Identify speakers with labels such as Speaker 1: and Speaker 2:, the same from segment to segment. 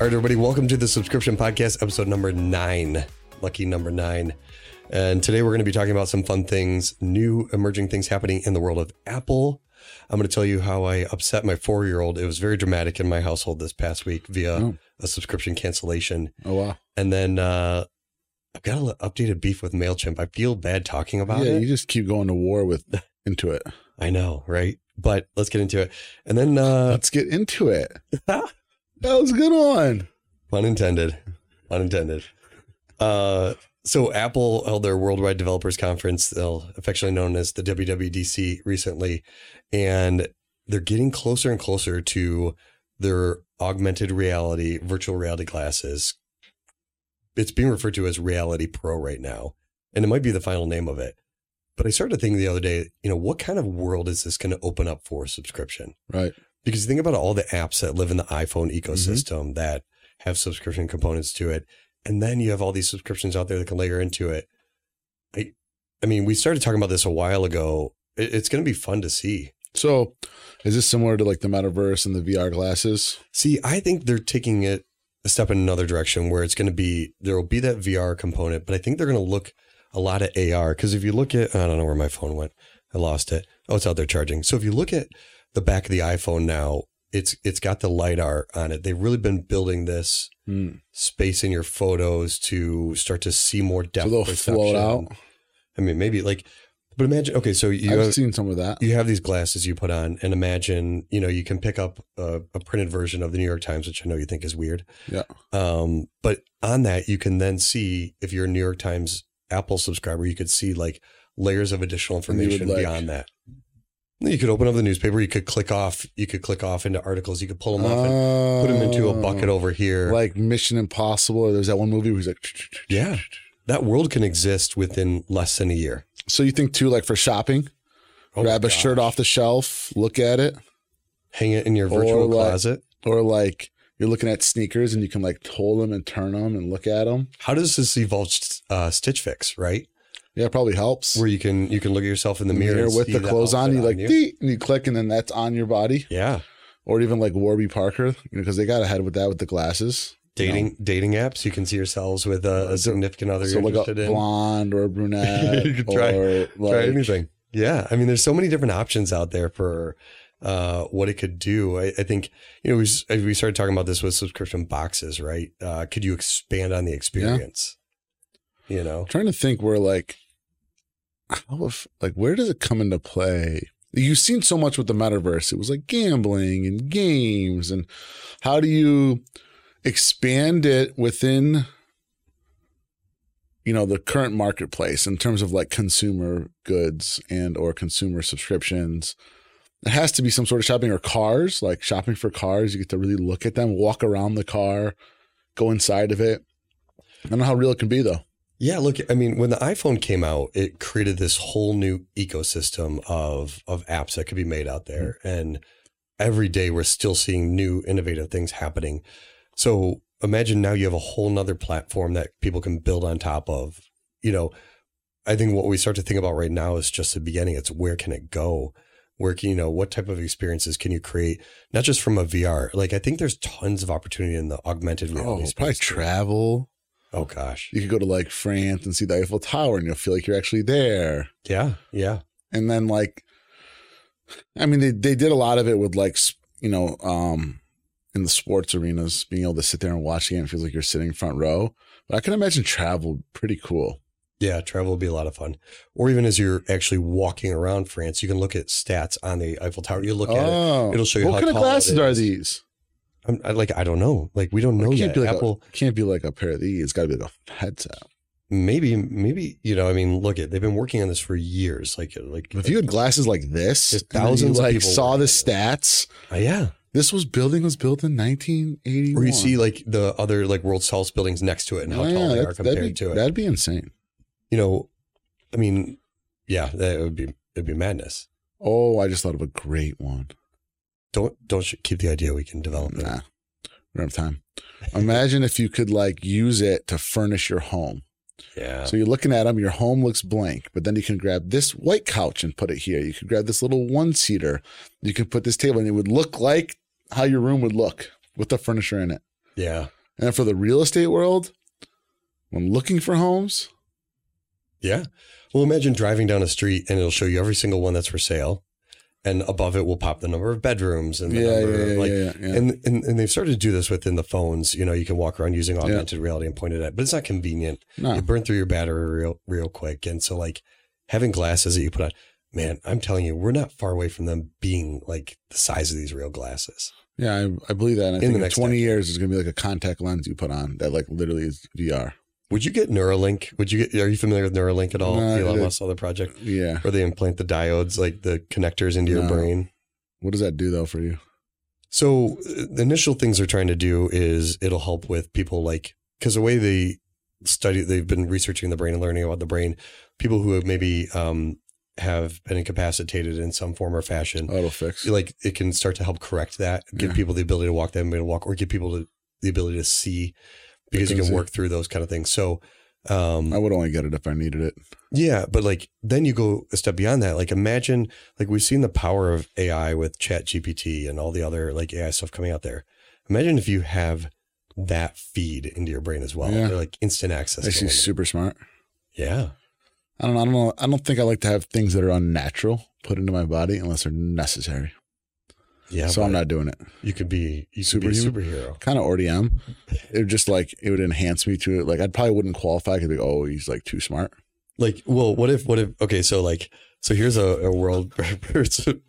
Speaker 1: All right, everybody, welcome to the subscription podcast, episode number nine. Lucky number nine. And today we're going to be talking about some fun things, new emerging things happening in the world of Apple. I'm going to tell you how I upset my four year old. It was very dramatic in my household this past week via
Speaker 2: Oh.
Speaker 1: a subscription cancellation.
Speaker 2: Oh wow!
Speaker 1: And then uh, I've got an updated beef with MailChimp. I feel bad talking about
Speaker 2: yeah,
Speaker 1: it. Uh.
Speaker 2: you just keep going to war with into it.
Speaker 1: I know, right? But let's get into it. And then, uh,
Speaker 2: Let's get into it. that was a good one.
Speaker 1: pun intended, pun intended. Uh, so Apple held their Worldwide Developers Conference, they'll affectionately known as the WWDC, recently, and they're getting closer and closer to their augmented reality, virtual reality glasses. It's being referred to as Reality Pro right now, and it might be the final name of it. But I started thinking the other day, you know, what kind of world is this going to open up for subscription?
Speaker 2: Right.
Speaker 1: because you think about all the apps that live in the iPhone ecosystem that have subscription components to it, and then you have all these subscriptions out there that can layer into it. I, I mean, we started talking about this a while ago. It- it's going to be fun to see.
Speaker 2: So, is this similar to like the metaverse and the VR glasses?
Speaker 1: See, I think they're taking it a step in another direction where it's going to be there will be that VR component, but I think they're going to look a lot at AR because if you look at I don't know where my phone went, I lost it. Oh, it's out there charging. So if you look at the back of the iPhone now, it's it's got the lidar on it. They've really been building this
Speaker 2: Mm.
Speaker 1: space in your photos to start to see more depth.
Speaker 2: So they'll float
Speaker 1: perception.
Speaker 2: out.
Speaker 1: I mean, maybe like, but imagine. Okay, so you
Speaker 2: I've
Speaker 1: have,
Speaker 2: seen some of that.
Speaker 1: you have these glasses you put on and imagine you know you can pick up a, a printed version of the new york times which i know you think is weird
Speaker 2: Yeah.
Speaker 1: um but on that you can then see if you're a new york times apple subscriber you could see like layers of additional
Speaker 2: you would
Speaker 1: information
Speaker 2: like-
Speaker 1: beyond that you could open up the newspaper you could click off you could click off into articles you could pull them off and put them into a bucket
Speaker 2: Oh.
Speaker 1: over here
Speaker 2: Like Mission Impossible, or there's that one movie where he's like. "Ch-ch-ch-ch."
Speaker 1: yeah that world can exist within less than a year
Speaker 2: So you think too, like for shopping,
Speaker 1: Oh my
Speaker 2: grab a
Speaker 1: gosh.
Speaker 2: shirt off the shelf, look at it,
Speaker 1: hang it in your virtual
Speaker 2: Or like-
Speaker 1: closet
Speaker 2: or like you're looking at sneakers and you can like hold them and turn them and look at them.
Speaker 1: how does this evolve uh, stitch fix right
Speaker 2: Yeah, it probably helps.
Speaker 1: where you can you can look at yourself in the, mirror, and
Speaker 2: with
Speaker 1: see
Speaker 2: the clothes on,
Speaker 1: outfit
Speaker 2: you like
Speaker 1: you.
Speaker 2: "Dee," and you click, and then that's on your body.
Speaker 1: yeah
Speaker 2: Or even like Warby Parker, you know, because they got ahead with that with the glasses.
Speaker 1: dating dating apps you can see yourselves with a, a
Speaker 2: So-
Speaker 1: significant other
Speaker 2: so
Speaker 1: you're
Speaker 2: like a
Speaker 1: interested in
Speaker 2: blonde or a brunette
Speaker 1: You could try-
Speaker 2: or like
Speaker 1: try anything yeah i mean there's so many different options out there for uh, what it could do I, I think you know we, s- we started talking about this with subscription boxes right uh, could you expand on the experience you know
Speaker 2: I'm trying to think where like how if like where does it come into play? You've seen so much with the metaverse. It was like gambling and games and how do you expand it within you know the current marketplace in terms of like consumer goods and or consumer subscriptions it has to be some sort of shopping or cars like shopping for cars you get to really look at them walk around the car go inside of it i don't know how real it can be though
Speaker 1: Yeah, look, I mean, when the iPhone came out, it created this whole new ecosystem of of apps that could be made out there, and every day we're still seeing new innovative things happening. So imagine now you have a whole nother platform that people can build on top of. You know, I think what we start to think about right now is just the beginning. It's where can it go? Where can you know what type of experiences can you create? Not just from a VR. Like I think there's tons of opportunity in the augmented reality.
Speaker 2: Oh, probably
Speaker 1: space, too.
Speaker 2: travel.
Speaker 1: oh gosh,
Speaker 2: You could go to like France and see the Eiffel Tower and you'll feel like you're actually there.
Speaker 1: yeah, yeah.
Speaker 2: And then like I mean they they did a lot of it with like s- you know um in the sports arenas being able to sit there and watch the game it feels like you're sitting front row. But I can imagine travel pretty cool.
Speaker 1: Yeah, travel will be a lot of fun. Or even as you're actually walking around France, you can look at stats on the Eiffel Tower. You look at it.
Speaker 2: oh.
Speaker 1: It'll show you
Speaker 2: what
Speaker 1: how
Speaker 2: kind of
Speaker 1: tall it
Speaker 2: glasses are
Speaker 1: is.
Speaker 2: these?
Speaker 1: I'm, I, like I don't know. Like we don't
Speaker 2: It
Speaker 1: know
Speaker 2: can't
Speaker 1: yet.
Speaker 2: be like
Speaker 1: Apple
Speaker 2: a can't be like a pair of these. It's got to be like a headset.
Speaker 1: maybe maybe you know. I mean, look at they've been working on this for years. Like like
Speaker 2: If you had glasses like this,
Speaker 1: There's
Speaker 2: and then you,
Speaker 1: thousands of
Speaker 2: like
Speaker 1: people
Speaker 2: saw
Speaker 1: working
Speaker 2: the
Speaker 1: on this.
Speaker 2: stats.
Speaker 1: Uh, yeah.
Speaker 2: This was building was built in 1981.
Speaker 1: Or you see like the other like World Tallest buildings next to it and how
Speaker 2: Yeah,
Speaker 1: tall they are
Speaker 2: that's-
Speaker 1: compared
Speaker 2: that'd be,
Speaker 1: to it.
Speaker 2: That'd be insane.
Speaker 1: you know, I mean, yeah, that would be it'd be madness.
Speaker 2: Oh, I just thought of a great one.
Speaker 1: Don't don't sh- keep the idea. We can develop it.
Speaker 2: Nah, we don't have time. Imagine if you could like use it to furnish your home.
Speaker 1: Yeah.
Speaker 2: So you're looking at them, your home looks blank, but then you can grab this white couch and put it here. You could grab this little one seater. You could put this table, and it would look like how your room would look with the furniture in it.
Speaker 1: Yeah.
Speaker 2: And then for the real estate world, when looking for homes,
Speaker 1: Yeah. Well, imagine driving down a street and it'll show you every single one that's for sale. And above it will pop the number of bedrooms and the
Speaker 2: yeah,
Speaker 1: number
Speaker 2: yeah,
Speaker 1: of
Speaker 2: yeah,
Speaker 1: like
Speaker 2: yeah, yeah.
Speaker 1: And, and and they've started to do this within the phones. You know, you can walk around using augmented reality and point it at, but it's not convenient.
Speaker 2: No.
Speaker 1: You burn through your battery real real quick, and so like having glasses that you put on. Man, I'm telling you, we're not far away from them being like the size of these real glasses.
Speaker 2: Yeah, I, I believe that. And I
Speaker 1: In
Speaker 2: think
Speaker 1: the
Speaker 2: in
Speaker 1: next
Speaker 2: 20 years, there's going to be like a contact lens you put on that like literally is VR.
Speaker 1: Would you get Neuralink? Would you get? Are you familiar with Neuralink at all?
Speaker 2: No,
Speaker 1: Elon
Speaker 2: it-
Speaker 1: Musk other project
Speaker 2: Yeah.
Speaker 1: where they implant the diodes, like the connectors, into your
Speaker 2: No.
Speaker 1: brain.
Speaker 2: What does that do though for you?
Speaker 1: So uh, the initial things they're trying to do is it'll help with people like because the way they study they've been researching the brain and learning about the brain, people who have maybe um, have been incapacitated in some form or fashion,
Speaker 2: Oh, it'll fix.
Speaker 1: like it can start to help correct that, give
Speaker 2: Yeah.
Speaker 1: people the ability to walk, the ability to walk, or give people to, the ability to see because you
Speaker 2: can
Speaker 1: can
Speaker 2: see.
Speaker 1: work through those kind of things. So um,
Speaker 2: I would only get it if I needed it.
Speaker 1: yeah, but like then you go a step beyond that. Like imagine like we've seen the power of AI with Chat GPT and all the other like AI stuff coming out there. Imagine if you have that feed into your brain as well.
Speaker 2: Yeah.
Speaker 1: They're like instant access.
Speaker 2: Actually,
Speaker 1: going.
Speaker 2: super smart.
Speaker 1: yeah.
Speaker 2: I don't know. I don't know. I don't think I like to have things that are unnatural put into my body unless they're necessary.
Speaker 1: Yeah.
Speaker 2: so I'm
Speaker 1: but
Speaker 2: not doing it.
Speaker 1: you could be you could be a superhero.
Speaker 2: Kind of already am. It would just like it would enhance me to it. Like I probably wouldn't qualify because like oh he's like too smart.
Speaker 1: Like, well, what if what if okay, so like so here's a, a world where person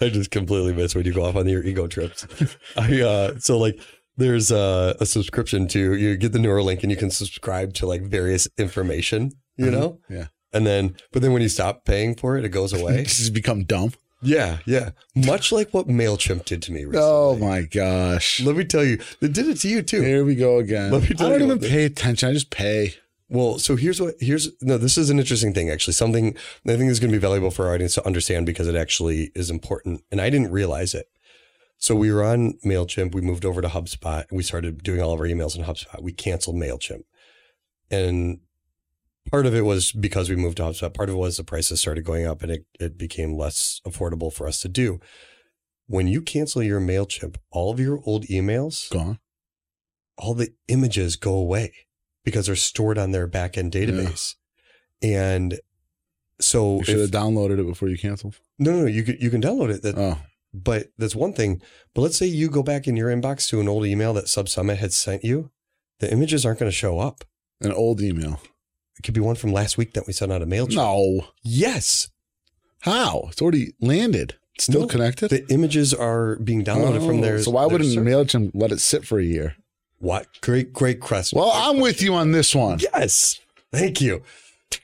Speaker 1: I just completely miss when you go off on your ego trips. I uh so like there's a, a subscription to you get the Neuralink and you can subscribe to like various information, you
Speaker 2: Uh-huh.
Speaker 1: know?
Speaker 2: Yeah.
Speaker 1: And then but then when you stop paying for it, it goes away.
Speaker 2: This has become dumb.
Speaker 1: yeah, yeah. Much like what MailChimp did to me recently.
Speaker 2: Oh my gosh.
Speaker 1: Let me tell you, they did it to you too.
Speaker 2: Here we go again.
Speaker 1: Let me
Speaker 2: I
Speaker 1: tell
Speaker 2: don't
Speaker 1: you
Speaker 2: even
Speaker 1: about
Speaker 2: pay attention. I just pay.
Speaker 1: Well, so here's what here's no, this is an interesting thing actually. Something I think is going to be valuable for our audience to understand because it actually is important. And I didn't realize it. So we were on MailChimp, we moved over to HubSpot, and we started doing all of our emails in HubSpot. We canceled MailChimp. And part of it was because we moved to HubSpot. Part of it was the prices started going up and it, it became less affordable for us to do. When you cancel your MailChimp, all of your old emails
Speaker 2: Gone.
Speaker 1: all the images go away because they're stored on their backend database. And so
Speaker 2: You should have
Speaker 1: if,
Speaker 2: downloaded it before you canceled.
Speaker 1: no, no, no, you can, you can download it. That,
Speaker 2: Oh,
Speaker 1: but that's one thing. But let's say you go back in your inbox to an old email that Subsummit had sent you. The images aren't going to show up.
Speaker 2: an old email.
Speaker 1: It could be one from last week that we sent out a mail.
Speaker 2: No.
Speaker 1: Yes.
Speaker 2: How? It's already landed. It's still
Speaker 1: No,
Speaker 2: connected.
Speaker 1: The images are being downloaded from
Speaker 2: Oh,
Speaker 1: their.
Speaker 2: So why
Speaker 1: their
Speaker 2: wouldn't
Speaker 1: server.
Speaker 2: MailChimp let it sit for a year?
Speaker 1: What? Great, great question.
Speaker 2: Well, I'm with you on this one.
Speaker 1: Yes. Thank you.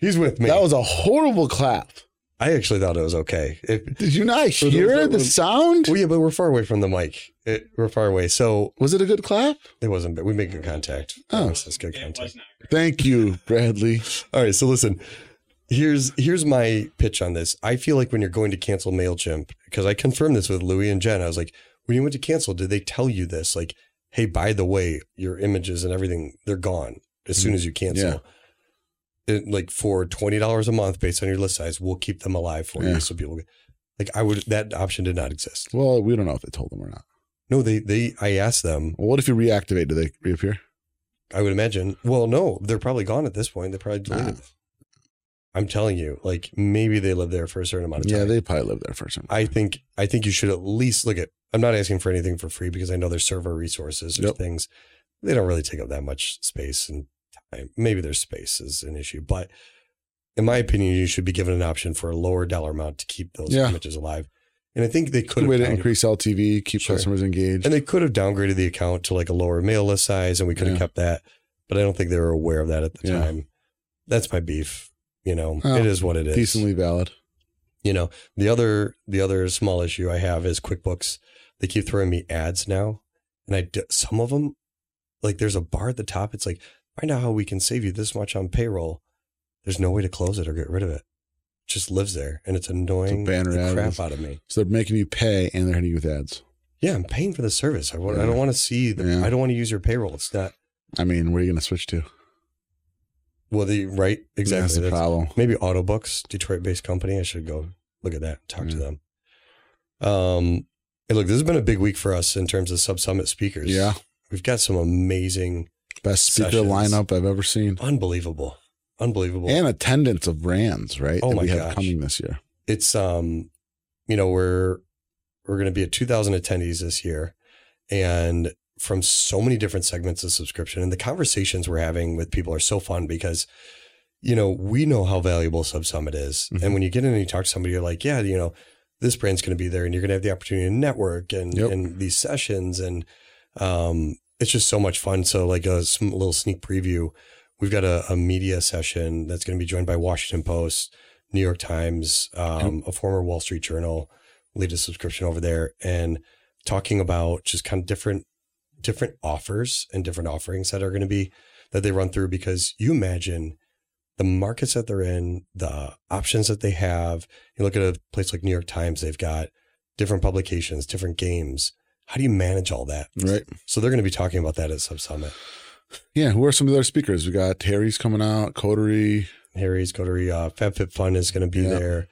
Speaker 1: He's with me.
Speaker 2: That was a horrible clap.
Speaker 1: I actually thought it was okay. If,
Speaker 2: Did you not
Speaker 1: those
Speaker 2: hear
Speaker 1: that
Speaker 2: the
Speaker 1: were-
Speaker 2: sound?
Speaker 1: Well, yeah, but we're far away from the mic. It, we're far away, so
Speaker 2: Was it a good clap?
Speaker 1: it wasn't. But we made good contact.
Speaker 2: Oh.
Speaker 1: That was just good contact.
Speaker 2: Thank you, Bradley.
Speaker 1: All right, so listen. Here's here's my pitch on this. I feel like when you're going to cancel Mailchimp, because I confirmed this with Louie and Jen, I was like, when you went to cancel, did they tell you this? Like, hey, by the way, your images and everything they're gone as
Speaker 2: Mm,
Speaker 1: soon as you cancel. It- like for twenty dollars a month, based on your list size, we'll keep them alive for
Speaker 2: Yeah.
Speaker 1: you, so people. Like I would, that option did not exist.
Speaker 2: Well, we don't know if they told them or not.
Speaker 1: No, they they. I asked them.
Speaker 2: Well, what if you reactivate? Do they reappear?
Speaker 1: I would imagine. Well, no, they're probably gone at this point. They probably deleted
Speaker 2: Ah.
Speaker 1: it. I'm telling you, like maybe they live there for a certain amount of time.
Speaker 2: Yeah, they probably live there for some.
Speaker 1: I think I think you should at least look at. I'm not asking for anything for free because I know there's server resources or
Speaker 2: Yep.
Speaker 1: things. They don't really take up that much space and time. Maybe their space is an issue, but in my opinion, you should be given an option for a lower dollar amount to keep those
Speaker 2: Yeah.
Speaker 1: images alive. And I think they could
Speaker 2: Good
Speaker 1: have
Speaker 2: way to
Speaker 1: done-
Speaker 2: increase LTV, keep
Speaker 1: Sure.
Speaker 2: customers engaged.
Speaker 1: and they could have downgraded the account to like a lower mail list size and we could have
Speaker 2: Yeah.
Speaker 1: kept that. But I don't think they were aware of that at the
Speaker 2: Yeah.
Speaker 1: time. That's my beef. You know,
Speaker 2: Oh,
Speaker 1: it is what it is.
Speaker 2: Decently valid.
Speaker 1: You know, the other the other small issue I have is QuickBooks. They keep throwing me ads now. And I d- some of them like there's a bar at the top. It's like, find out how we can save you this much on payroll. There's no way to close it or get rid of it. It just lives there and it's annoying
Speaker 2: banner
Speaker 1: the
Speaker 2: ad.
Speaker 1: crap out of me.
Speaker 2: So they're making you pay and they're hitting you with ads.
Speaker 1: Yeah, I'm paying for the service. I, want, I
Speaker 2: Yeah.
Speaker 1: don't want to see the,
Speaker 2: Yeah.
Speaker 1: I don't want to use your payroll. It's not
Speaker 2: I mean, where are you going to switch to?
Speaker 1: Well, the right exactly.
Speaker 2: That's the
Speaker 1: That's-
Speaker 2: problem.
Speaker 1: maybe Autobooks, Detroit-based company. I should go look at that. Talk to
Speaker 2: Yeah.
Speaker 1: them. Um, and look, this has been a big week for us in terms of Sub Summit speakers.
Speaker 2: Yeah.
Speaker 1: We've got some amazing,
Speaker 2: Best speaker
Speaker 1: Sessions.
Speaker 2: lineup I've ever seen.
Speaker 1: unbelievable, unbelievable.
Speaker 2: And attendance of brands, right?
Speaker 1: Oh
Speaker 2: that
Speaker 1: my
Speaker 2: we have
Speaker 1: gosh.
Speaker 2: coming this year.
Speaker 1: it's um you know we're we're going to be at 2000 attendees this year and from so many different segments of subscription and the conversations we're having with people are so fun because you know we know how valuable sub summit is
Speaker 2: Mhm.
Speaker 1: and when you get in and you talk to somebody you're like yeah you know this brand's going to be there and you're going to have the opportunity to network and
Speaker 2: Yep.
Speaker 1: and these sessions and um it's just so much fun so like a sm- little sneak preview we've got a, a media session that's going to be joined by washington post New York Times, um, a former Wall Street Journal, lead a subscription over there, and talking about just kind of different different offers and different offerings that are going to be that they run through because you imagine the markets that they're in, the options that they have. You look at a place like New York Times, they've got different publications, different games. How do you manage all that?
Speaker 2: Right.
Speaker 1: So they're going to be talking about that at Sub Summit.
Speaker 2: Yeah. Who are some of the other speakers? We got Harry's coming out, Coterie,
Speaker 1: Harry's Coterie, uh, FabFitFun is going to be
Speaker 2: Yeah.
Speaker 1: there.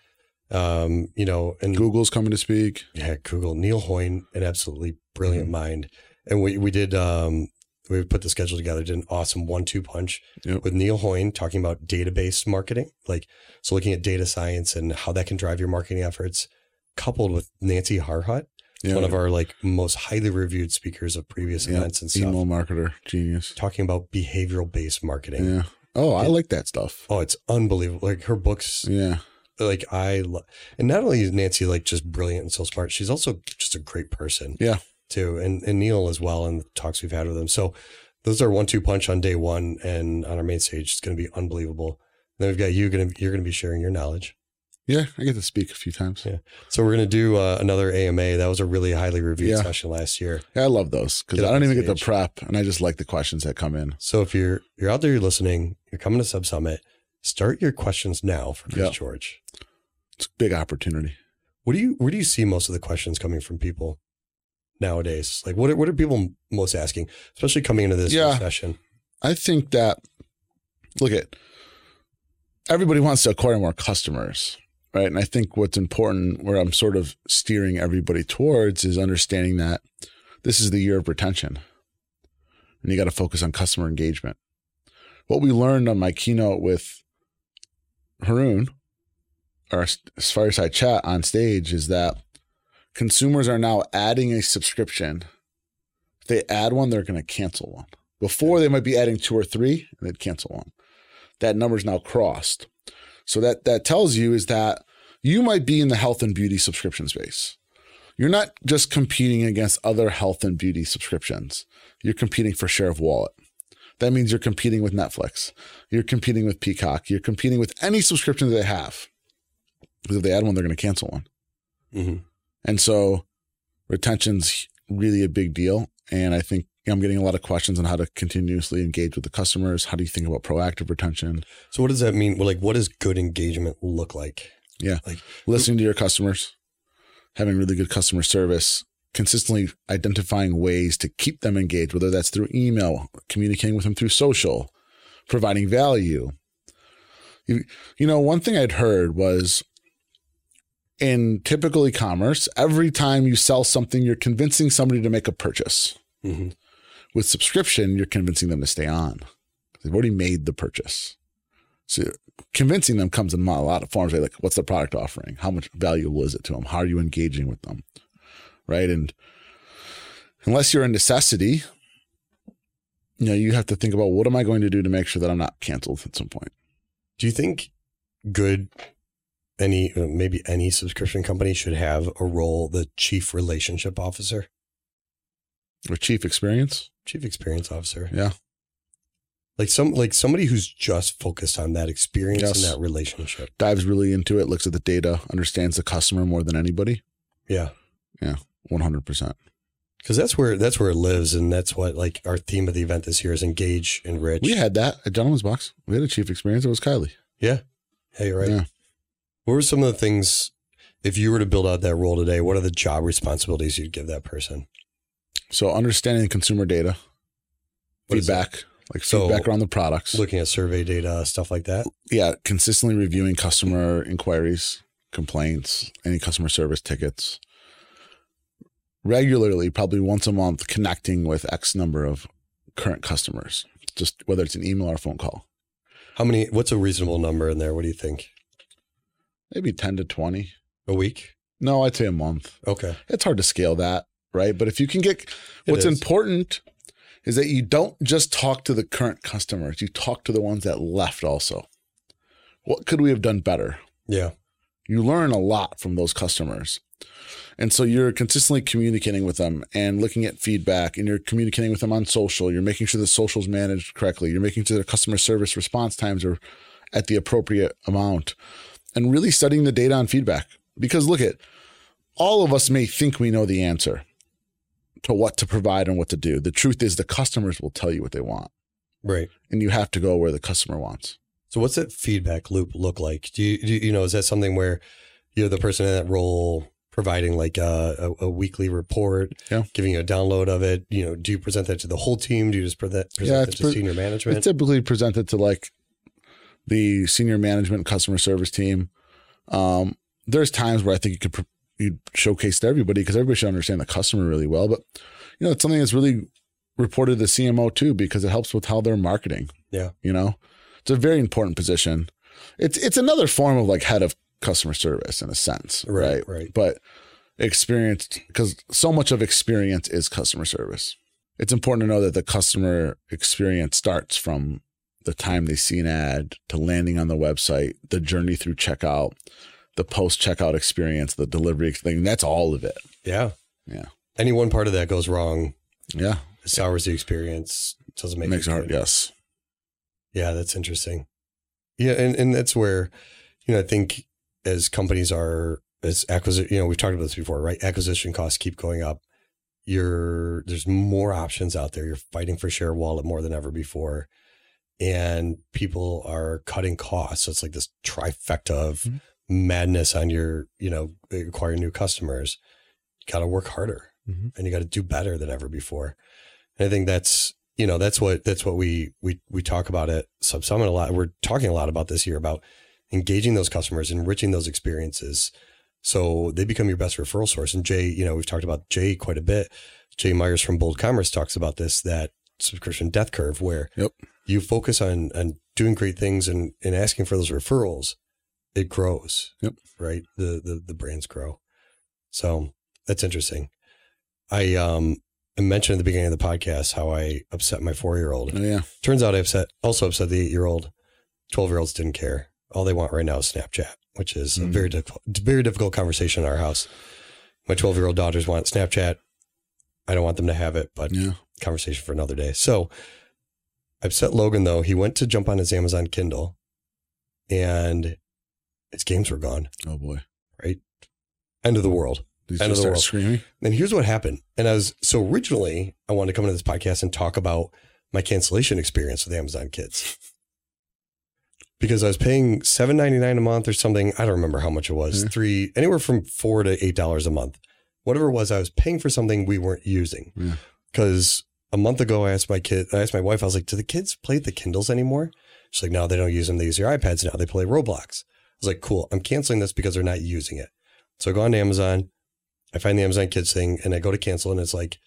Speaker 1: Um, you know, and
Speaker 2: Google's coming to speak.
Speaker 1: Yeah, Google. Neil Hoyne, an absolutely brilliant
Speaker 2: Mm-hmm.
Speaker 1: mind. And we we did um we put the schedule together, did an awesome one two punch
Speaker 2: Yep.
Speaker 1: with Neil Hoyne talking about database marketing, like so looking at data science and how that can drive your marketing efforts, coupled with Nancy Harhut,
Speaker 2: Yeah.
Speaker 1: one of our like most highly reviewed speakers of previous
Speaker 2: Yeah.
Speaker 1: events and stuff,
Speaker 2: email marketer genius.
Speaker 1: talking about behavioral based marketing.
Speaker 2: Yeah. Oh, I
Speaker 1: Yeah.
Speaker 2: like that stuff.
Speaker 1: Oh, it's unbelievable. Like her books
Speaker 2: Yeah.
Speaker 1: like I lo- and not only is Nancy like just brilliant and so smart, she's also just a great person.
Speaker 2: Yeah.
Speaker 1: Too. And and Neil as well and the talks we've had with them. So those are one two punch on day one and on our main stage. It's gonna be unbelievable. Then we've got you gonna you're gonna be sharing your knowledge.
Speaker 2: Yeah. I get to speak a few times.
Speaker 1: Yeah. So we're gonna do uh, another AMA. That was a really highly reviewed
Speaker 2: Yeah.
Speaker 1: session last year.
Speaker 2: Yeah, I love those because
Speaker 1: Get
Speaker 2: I
Speaker 1: up
Speaker 2: don't
Speaker 1: on
Speaker 2: even get the
Speaker 1: stage.
Speaker 2: prep, and I just like the questions that come in.
Speaker 1: So if you're you're out there, you're listening, you're coming to Sub Summit, start your questions now for Chris
Speaker 2: Yeah.
Speaker 1: George.
Speaker 2: It's a big opportunity.
Speaker 1: What do you where do you see most of the questions coming from people nowadays? Like what are, what are people m- most asking, especially coming into this
Speaker 2: Yeah.
Speaker 1: session?
Speaker 2: I think that look at everybody wants to acquire more customers, right? And I think what's important, where I'm sort of steering everybody towards, is understanding that this is the year of retention, and you got to focus on customer engagement. What we learned on my keynote with Haroon, our s- fireside chat on stage, is that consumers are now adding a subscription. If they add one, they're going to cancel one. Before they might be adding two or three and they'd cancel one. That number's now crossed. So that that tells you is that you might be in the health and beauty subscription space. You're not just competing against other health and beauty subscriptions. You're competing for share of wallet. That means you're competing with Netflix. You're competing with Peacock. You're competing with any subscription that they have. Because if they add one, they're going to cancel one.
Speaker 1: Mhm.
Speaker 2: And so retention's really a big deal. And I think I'm getting a lot of questions on how to continuously engage with the customers. How do you think about proactive retention?
Speaker 1: So what does that mean? Well, like what does good engagement look like?
Speaker 2: Listening to your customers, having really good customer service, consistently identifying ways to keep them engaged, whether that's through email, communicating with them through social, providing value. You, you know, one thing I'd heard was in typical e commerce, every time you sell something, you're convincing somebody to make a purchase.
Speaker 1: Mm-hmm.
Speaker 2: with subscription, you're convincing them to stay on. They've already made the purchase. So convincing them comes in a lot of forms. Right? Like, what's the product offering? How much valuable is it to them? How are you engaging with them? Right. And unless you're a necessity, you know, you have to think about what am I going to do to make sure that I'm not canceled at some point?
Speaker 1: Do you think good any uh, maybe any subscription company should have a role the chief relationship officer,
Speaker 2: Or chief experience?
Speaker 1: chief experience officer?
Speaker 2: Yeah.
Speaker 1: Like some like somebody who's just focused on that experience
Speaker 2: Yes.
Speaker 1: and that relationship.
Speaker 2: Dives really into it, looks at the data, understands the customer more than anybody.
Speaker 1: Yeah.
Speaker 2: 100%.
Speaker 1: Because that's where that's where it lives, and that's what like our theme of the event this year is engage, enrich.
Speaker 2: We had that at Gentleman's Box. We had a chief experience. It was Kylie.
Speaker 1: hey, you're right.
Speaker 2: Yeah.
Speaker 1: What were some of the things if you were to build out that role today? What are the job responsibilities you'd give that person?
Speaker 2: So understanding consumer data,
Speaker 1: What is that?
Speaker 2: feedback, like
Speaker 1: So-
Speaker 2: feedback around the products.
Speaker 1: looking at survey data, stuff like that.
Speaker 2: yeah, consistently reviewing customer inquiries, complaints, any customer service tickets. regularly, probably once a month, connecting with X number of current customers, just whether it's an email or a phone call.
Speaker 1: How many? What's a reasonable number in there? What do you think?
Speaker 2: Maybe 10 to 20.
Speaker 1: A week?
Speaker 2: No, I'd say a month.
Speaker 1: Okay.
Speaker 2: It's hard to scale that, right? But if you can get
Speaker 1: It
Speaker 2: what's
Speaker 1: is.
Speaker 2: important is that you don't just talk to the current customers, you talk to the ones that left also. What could we have done better?
Speaker 1: Yeah.
Speaker 2: You learn a lot from those customers. And so you're consistently communicating with them and looking at feedback and you're communicating with them on social. You're making sure the social's managed correctly. You're making sure their customer service response times are at the appropriate amount and really studying the data on feedback. Because look at all of us may think we know the answer to what to provide and what to do. The truth is the customers will tell you what they want
Speaker 1: Right.
Speaker 2: and you have to go where the customer wants.
Speaker 1: So what's that feedback loop look like? Do you, do you, you know, is that something where you're the person in that role providing like uh, a, a, a weekly report,
Speaker 2: Yeah.
Speaker 1: giving you a download of it? You know, do you present that to the whole team? Do you just present, present
Speaker 2: Yeah,
Speaker 1: that
Speaker 2: it's
Speaker 1: to
Speaker 2: pre-
Speaker 1: senior
Speaker 2: It's
Speaker 1: management?
Speaker 2: typically presented to like the senior management customer service team. Um, there's times where I think you could pr- you showcase to everybody because everybody should understand the customer really well. But you know, it's something that's really reported to the CMO too because it helps with how they're marketing.
Speaker 1: Yeah.
Speaker 2: you know, it's a very important position. It's it's another form of like head of customer service in a sense, right?
Speaker 1: Right. Right.
Speaker 2: but experienced because so much of experience is customer service. It's important to know that the customer experience starts from the time they see an ad to landing on the website, the journey through checkout, the post checkout experience, the delivery thing. That's all of it.
Speaker 1: Yeah.
Speaker 2: Yeah.
Speaker 1: Any one part of that goes wrong,
Speaker 2: Yeah.
Speaker 1: it sours the experience, doesn't make
Speaker 2: makes it hard.
Speaker 1: good.
Speaker 2: Yes.
Speaker 1: Yeah, that's interesting. Yeah, and and that's where, you know, I think as companies are as acquisition, you know, we've talked about this before, right? Acquisition costs keep going up. You're there's more options out there. You're fighting for share of wallet more than ever before, and people are cutting costs. So it's like this trifecta of
Speaker 2: Mhm.
Speaker 1: madness on your, you know, acquiring new customers. You got to work harder,
Speaker 2: Mhm.
Speaker 1: and you got to do better than ever before. And I think that's you know that's what that's what we we we talk about at Sub Summit a lot. We're talking a lot about this year about engaging those customers, enriching those experiences, so they become your best referral source. And Jay, you know, we've talked about Jay quite a bit. Jay Myers from Bold Commerce talks about this that subscription death curve where
Speaker 2: Yep.
Speaker 1: you focus on on doing great things and and asking for those referrals, it grows.
Speaker 2: Yep.
Speaker 1: Right. The the the brands grow. So that's interesting. I um I mentioned at the beginning of the podcast how I upset my four year old.
Speaker 2: Oh, yeah.
Speaker 1: Turns out I upset also upset the eight year old. Twelve year olds didn't care. All they want right now is Snapchat, which is a
Speaker 2: Mhm.
Speaker 1: very difficult, very difficult conversation in our house. My twelve year old daughters want Snapchat. I don't want them to have it, but
Speaker 2: Yeah.
Speaker 1: conversation for another day. So I upset Logan though. He went to jump on his Amazon Kindle, and his games were gone.
Speaker 2: Oh, boy.
Speaker 1: End of the world.
Speaker 2: These
Speaker 1: End of the
Speaker 2: just start
Speaker 1: world.
Speaker 2: screaming.
Speaker 1: And here's what happened. And I was so originally I wanted to come into this podcast and talk about my cancellation experience with Amazon Kids. Because I was paying $7.99 a month or something. I don't remember how much it was.
Speaker 2: Mhm.
Speaker 1: Three anywhere from four to eight dollars a month. Whatever it was, I was paying for something we weren't using.
Speaker 2: Yeah.
Speaker 1: Because a month ago I asked my kid I asked my wife, I was like, Do the kids play the Kindles anymore? She's like, No, they don't use them. They use their iPads now. They play Roblox. I was like, Cool, I'm canceling this because they're not using it. So I go on to Amazon, I find the Amazon Kids thing, and I go to cancel, and it's like,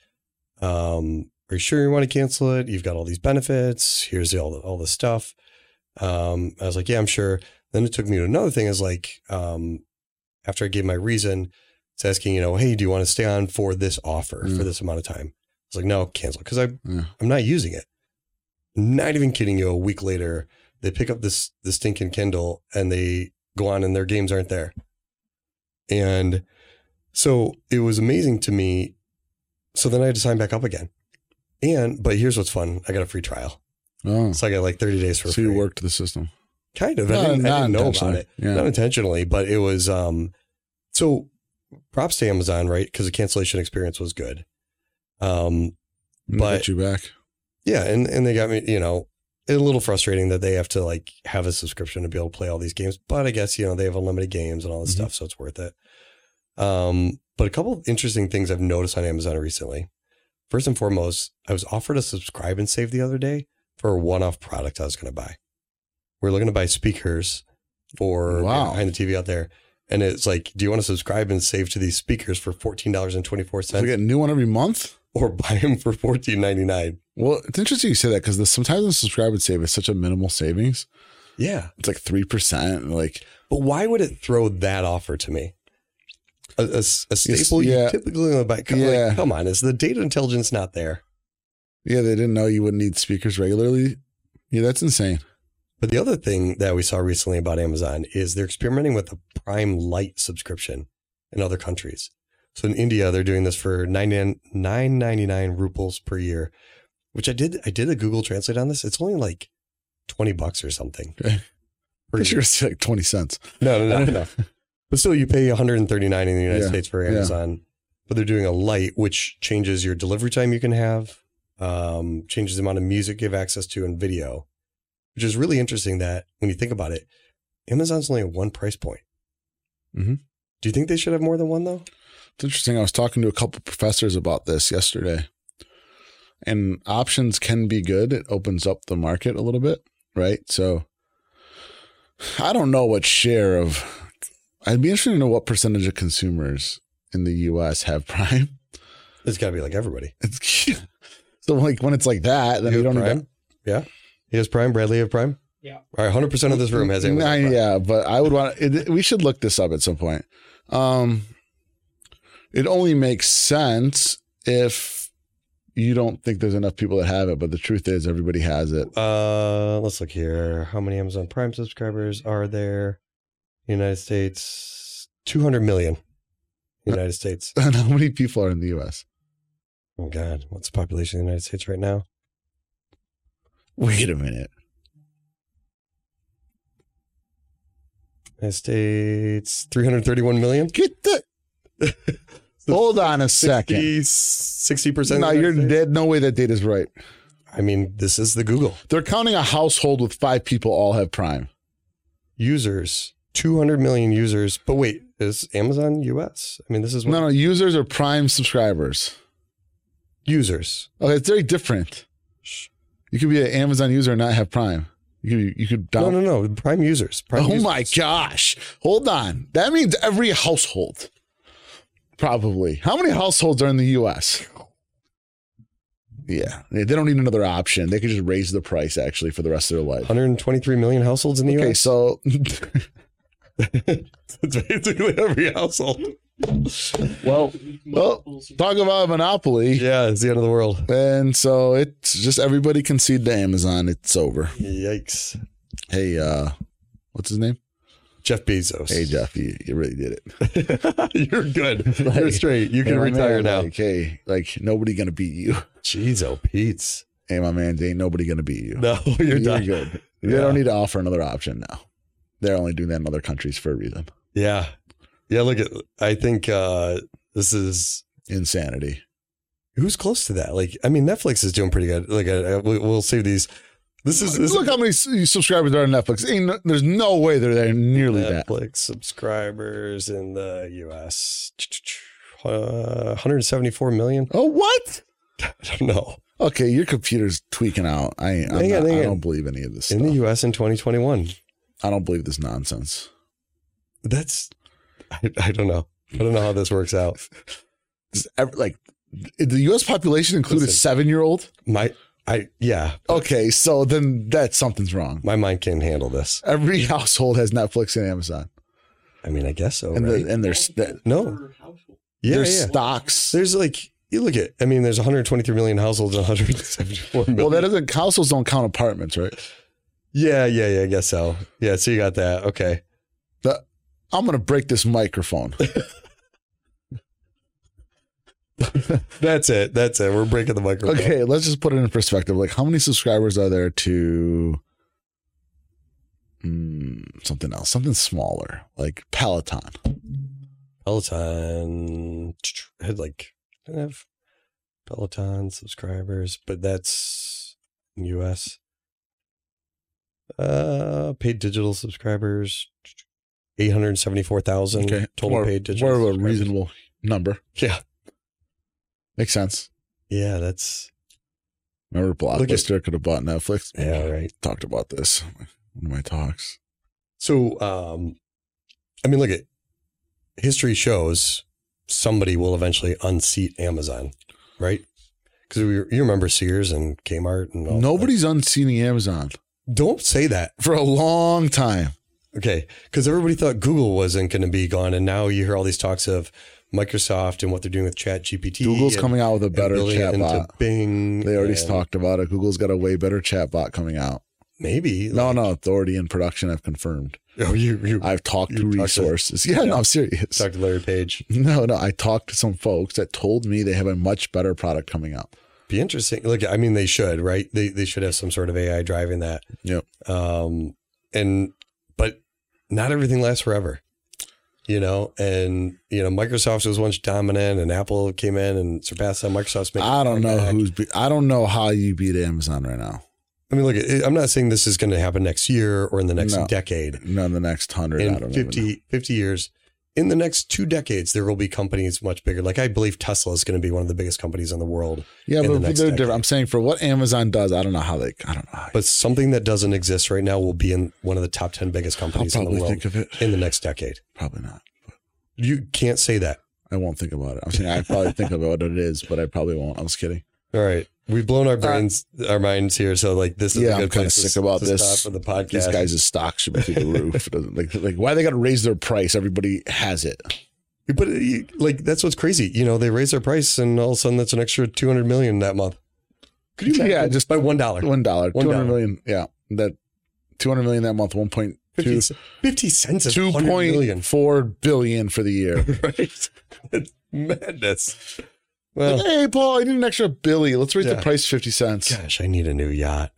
Speaker 1: um, are you sure you want to cancel it? You've got all these benefits. Here's all the, all the stuff. Um, I was like, yeah, I'm sure. Then it took me to another thing is like, um, after I gave my reason, it's asking, you know, hey, do you want to stay on for this offer
Speaker 2: Yeah.
Speaker 1: for this amount of time? I was like, no, cancel because I
Speaker 2: Yeah.
Speaker 1: I'm not using it. Not even kidding you. A week later, they pick up this this stinking Kindle and they go on, and their games aren't there. And so it was amazing to me. So then I had to sign back up again. And but here's what's fun: I got a free trial,
Speaker 2: Oh.
Speaker 1: so I got like 30 days for
Speaker 2: So
Speaker 1: free.
Speaker 2: you worked the system.
Speaker 1: kind of. I didn't, I didn't know about
Speaker 2: intentionally.
Speaker 1: it,
Speaker 2: Yeah.
Speaker 1: not intentionally, but it was. um So props to Amazon, right? Because the cancellation experience was good. Um,
Speaker 2: They
Speaker 1: but-
Speaker 2: got you back.
Speaker 1: yeah, and and they got me, you know, a little frustrating that they have to like have a subscription to be able to play all these games. But I guess you know they have unlimited games and all this
Speaker 2: Mhm.
Speaker 1: stuff, so it's worth it. Um, but a couple of interesting things I've noticed on Amazon recently. First and foremost, I was offered a subscribe and save the other day for a one-off product I was going to buy. We're looking to buy speakers for
Speaker 2: Wow.
Speaker 1: behind the TV out there, And it's like, do you want to subscribe and save to these speakers for fourteen dollars and twenty four
Speaker 2: So we
Speaker 1: cents,
Speaker 2: get a new one every month.
Speaker 1: or buy them for fourteen ninety nine?
Speaker 2: Well, it's interesting you say that because sometimes the subscribe and save is such a minimal savings.
Speaker 1: Yeah,
Speaker 2: It's like three percent. Like
Speaker 1: but why would it throw that offer to me? A, a s- a
Speaker 2: Yes,
Speaker 1: staple
Speaker 2: yeah.
Speaker 1: you typically only buy. Come,
Speaker 2: Yeah.
Speaker 1: like, come on, is the data intelligence not there?
Speaker 2: Yeah, they didn't know you would need speakers regularly. Yeah, that's insane.
Speaker 1: But the other thing that we saw recently about Amazon is they're experimenting with a Prime Lite subscription in other countries. So in India, they're doing this for 99 999 rupees per year, which I did. I did a Google Translate on this. It's only like twenty bucks or something.
Speaker 2: Okay.
Speaker 1: per
Speaker 2: Pretty sure
Speaker 1: year.
Speaker 2: it's like 20 cents.
Speaker 1: No, no,
Speaker 2: I
Speaker 1: not
Speaker 2: don't-
Speaker 1: enough. But still, you pay 139 in the United
Speaker 2: Yeah,
Speaker 1: States for
Speaker 2: yeah.
Speaker 1: Amazon. But they're doing a light, which changes your delivery time you can have, um, changes the amount of music you have access to, and video, which is really interesting. That when you think about it, Amazon's only at one price point.
Speaker 2: Mhm.
Speaker 1: Do you think they should have more than one though?
Speaker 2: It's interesting. I was talking to a couple professors about this yesterday. And options can be good. It opens up the market a little bit, right? So I don't know what share of I'd be interested to know what percentage of consumers in the US have Prime.
Speaker 1: It's got to be like everybody.
Speaker 2: It's, so like when it's like that, then
Speaker 1: You
Speaker 2: you
Speaker 1: have
Speaker 2: don't
Speaker 1: Prime?
Speaker 2: even
Speaker 1: Yeah, he has Prime. Bradley have Prime.
Speaker 3: Yeah.
Speaker 1: All right, 100 percent of this room has Amazon.
Speaker 2: Nah,
Speaker 1: Prime.
Speaker 2: yeah, but I would want. It, we should look this up at some point. Um, it only makes sense if you don't think there's enough people that have it. But the truth is, everybody has it.
Speaker 1: Uh, let's look here. How many Amazon Prime subscribers are there? United States, 200 million. United States.
Speaker 2: And how many people are in the U.S.?
Speaker 1: Oh God, what's the population of the United States right now?
Speaker 2: Wait a minute.
Speaker 1: United States, 331 million.
Speaker 2: Get the. Hold on a second.
Speaker 1: 60 percent.
Speaker 2: No, you're dead. No way that data's right.
Speaker 1: I mean, this is the Google
Speaker 2: They're counting a household with five people all have Prime.
Speaker 1: users. 200 million users. But wait, is Amazon U.S.? I mean, this is what
Speaker 2: No, no, users are Prime subscribers.
Speaker 1: users.
Speaker 2: Okay, it's very different. You could be an Amazon user and not have Prime. You could you could down-
Speaker 1: No, no, no. Prime users. Prime
Speaker 2: oh
Speaker 1: users.
Speaker 2: my gosh. Hold on. That means every household. Probably. How many households are in the US? Yeah. They they don't need another option. They could just raise the price actually for the rest of their life.
Speaker 1: 123 million households in the
Speaker 2: Okay,
Speaker 1: U.S.
Speaker 2: so
Speaker 1: It's basically every household.
Speaker 2: well well talk about monopoly.
Speaker 1: Yeah, it's the end of the world.
Speaker 2: And so it's just everybody concede to Amazon. It's over.
Speaker 1: Yikes.
Speaker 2: Hey, uh what's his name?
Speaker 1: Jeff Bezos.
Speaker 2: Hey Jeff, you, you really did it.
Speaker 1: You're good. You're
Speaker 2: Like,
Speaker 1: straight. You can
Speaker 2: Hey, my
Speaker 1: retire
Speaker 2: man,
Speaker 1: now.
Speaker 2: Like, hey, like nobody gonna beat you.
Speaker 1: Jeez, oh, Pete's.
Speaker 2: Hey, my man, ain't nobody gonna beat you.
Speaker 1: No, you're, done.
Speaker 2: good. They
Speaker 1: Yeah.
Speaker 2: don't need to offer another option now. They're only doing that in other countries for a reason.
Speaker 1: Yeah. Yeah, look at I think uh this is
Speaker 2: Insanity.
Speaker 1: who's close to that? Like I mean Netflix is doing pretty good. Like I, I- we- we'll save these this is this
Speaker 2: Look how many s- subscribers there are on Netflix. Ain't no, there's no way they're there nearly that.
Speaker 1: Netflix subscribers in the US. Uh, 174 million?
Speaker 2: Oh, what?
Speaker 1: I don't know.
Speaker 2: Okay, your computer's tweaking out. I, I'm
Speaker 1: Hang on,
Speaker 2: not-
Speaker 1: hang
Speaker 2: I
Speaker 1: on.
Speaker 2: don't believe any of this
Speaker 1: In the
Speaker 2: stuff.
Speaker 1: US in 2021.
Speaker 2: I don't believe this nonsense.
Speaker 1: That's I, I don't know. I don't know how this works out.
Speaker 2: Does ever, like, did the U.S. population include a
Speaker 1: Listen.
Speaker 2: seven-year-old?
Speaker 1: My I yeah,
Speaker 2: Okay, so then that something's wrong.
Speaker 1: my mind can't handle this.
Speaker 2: Every household has Netflix and Amazon,
Speaker 1: I mean, I guess so.
Speaker 2: and
Speaker 1: right?
Speaker 2: the, and there's
Speaker 1: No. yeah,
Speaker 2: their
Speaker 1: yeah.
Speaker 2: stocks.
Speaker 1: There's like you look at. I mean, there's 123 million households, 174 million.
Speaker 2: Well, that doesn't households don't count apartments, right?
Speaker 1: yeah, yeah, yeah. I guess so. Yeah, so you got that. Okay.
Speaker 2: I'm gonna break this microphone.
Speaker 1: That's it. That's it. We're breaking the microphone.
Speaker 2: Okay, let's just put it in perspective. Like, how many subscribers are there to mm, something else, something smaller, like Peloton?
Speaker 1: Peloton had like didn't have Peloton subscribers, but that's U.S. Uh, paid digital subscribers, eight hundred seventy-four thousand total
Speaker 2: more,
Speaker 1: paid digital.
Speaker 2: more of a
Speaker 1: subscribers.
Speaker 2: reasonable number.
Speaker 1: Yeah,
Speaker 2: Makes sense.
Speaker 1: yeah. That's
Speaker 2: Remember,
Speaker 1: at-
Speaker 2: Blockbuster could have bought Netflix.
Speaker 1: yeah. Right.
Speaker 2: talked about this in one of my talks.
Speaker 1: So, um, I mean, look at history shows somebody will eventually unseat Amazon, right? Because you remember Sears and Kmart and all
Speaker 2: Nobody's unseating Amazon
Speaker 1: that. Don't say that.
Speaker 2: for a long time.
Speaker 1: Okay, because everybody thought Google wasn't going to be gone, and now you hear all these talks of Microsoft and what they're doing with Chat GPT.
Speaker 2: Google's
Speaker 1: and,
Speaker 2: coming out with a
Speaker 1: and
Speaker 2: better
Speaker 1: building it into
Speaker 2: chatbot.
Speaker 1: Bing.
Speaker 2: They already
Speaker 1: and
Speaker 2: talked about it. Google's got a way better chatbot coming out.
Speaker 1: Maybe
Speaker 2: No, no, authority in production have confirmed.
Speaker 1: Oh, you you
Speaker 2: I've talked
Speaker 1: You
Speaker 2: to
Speaker 1: talked to-
Speaker 2: resources. yeah, no, I'm serious.
Speaker 1: talked to Larry Page.
Speaker 2: No, no, I talked to some folks that told me they have a much better product coming out.
Speaker 1: Be interesting. Look, I mean, they should, right? They they should have some sort of AI driving that.
Speaker 2: Yep.
Speaker 1: Um, and but not everything lasts forever, you know. And you know, Microsoft was once dominant, and Apple came in and surpassed them. Microsoft's making.
Speaker 2: I don't know
Speaker 1: back.
Speaker 2: who's. Be- I don't know how you beat Amazon right now.
Speaker 1: I mean, look, it- I'm not saying this is going to happen next year or in the next
Speaker 2: No.
Speaker 1: decade.
Speaker 2: No, the next hundred. I
Speaker 1: In
Speaker 2: don't 50,
Speaker 1: 50, 50 years, in the next two decades, there will be companies much bigger. Like I believe Tesla is going to be one of the biggest companies in the world.
Speaker 2: Yeah,
Speaker 1: in the
Speaker 2: but
Speaker 1: next
Speaker 2: they're
Speaker 1: decade.
Speaker 2: different. I'm saying for what Amazon does, I don't know how they. I don't know. How
Speaker 1: But something that doesn't exist right now will be in one of the top 10 biggest
Speaker 2: I'll
Speaker 1: companies in the
Speaker 2: probably
Speaker 1: world
Speaker 2: think of it.
Speaker 1: in the next decade.
Speaker 2: Probably not.
Speaker 1: You can't say that.
Speaker 2: I won't think about it. I'm saying I probably think about what it is, but I probably won't. I was kidding.
Speaker 1: All right. We've blown our brains, our minds here. So, like, this is
Speaker 2: Yeah,
Speaker 1: a good
Speaker 2: I'm kinda
Speaker 1: place to-
Speaker 2: sick about
Speaker 1: to
Speaker 2: this.
Speaker 1: Stop for the podcast.
Speaker 2: These guys' stocks should be through the roof. It doesn't- like, like why they got to raise their price? Everybody has it.
Speaker 1: But uh, you- like that's what's crazy. You know, they raise their price, and all of a sudden, that's an extra two hundred million that month. Could you imagine?
Speaker 2: Yeah, just-
Speaker 1: by one dollar,
Speaker 2: One dollar,
Speaker 1: One
Speaker 2: two hundred
Speaker 1: dollar.
Speaker 2: million. Yeah, that two hundred million that month. One point
Speaker 1: fifty
Speaker 2: two.
Speaker 1: c- fifty cents is
Speaker 2: Two
Speaker 1: hundred million.
Speaker 2: point four billion for the year.
Speaker 1: Right? That's madness. Well,
Speaker 2: Like, hey, Paul, I need an extra billy. Let's raise
Speaker 1: Yeah.
Speaker 2: the price fifty cents.
Speaker 1: gosh, I need a new yacht.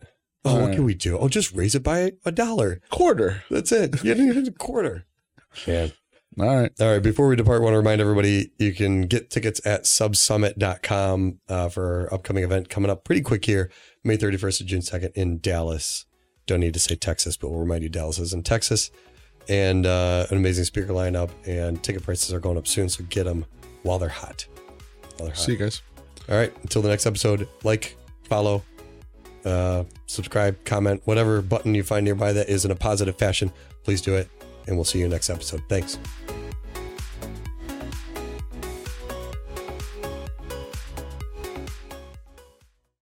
Speaker 1: Oh, what
Speaker 2: Right.
Speaker 1: can we do? Oh, just raise it by a dollar.
Speaker 2: Quarter.
Speaker 1: That's it. You didn't even a quarter. Yeah.
Speaker 2: All right.
Speaker 1: All right. Before we depart, I want to remind everybody you can get tickets at subsummit.com uh, for our upcoming event coming up pretty quick here, May 31st to June 2nd in Dallas. Don't need to say Texas, but we'll remind you Dallas is in Texas. And uh, an amazing speaker lineup, and ticket prices are going up soon. So get them while they're hot. While they're hot.
Speaker 2: See you guys.
Speaker 1: All right. Until the next episode, like, follow, uh, subscribe, comment, whatever button you find nearby that is in a positive fashion, please do it. And we'll see you next episode. Thanks.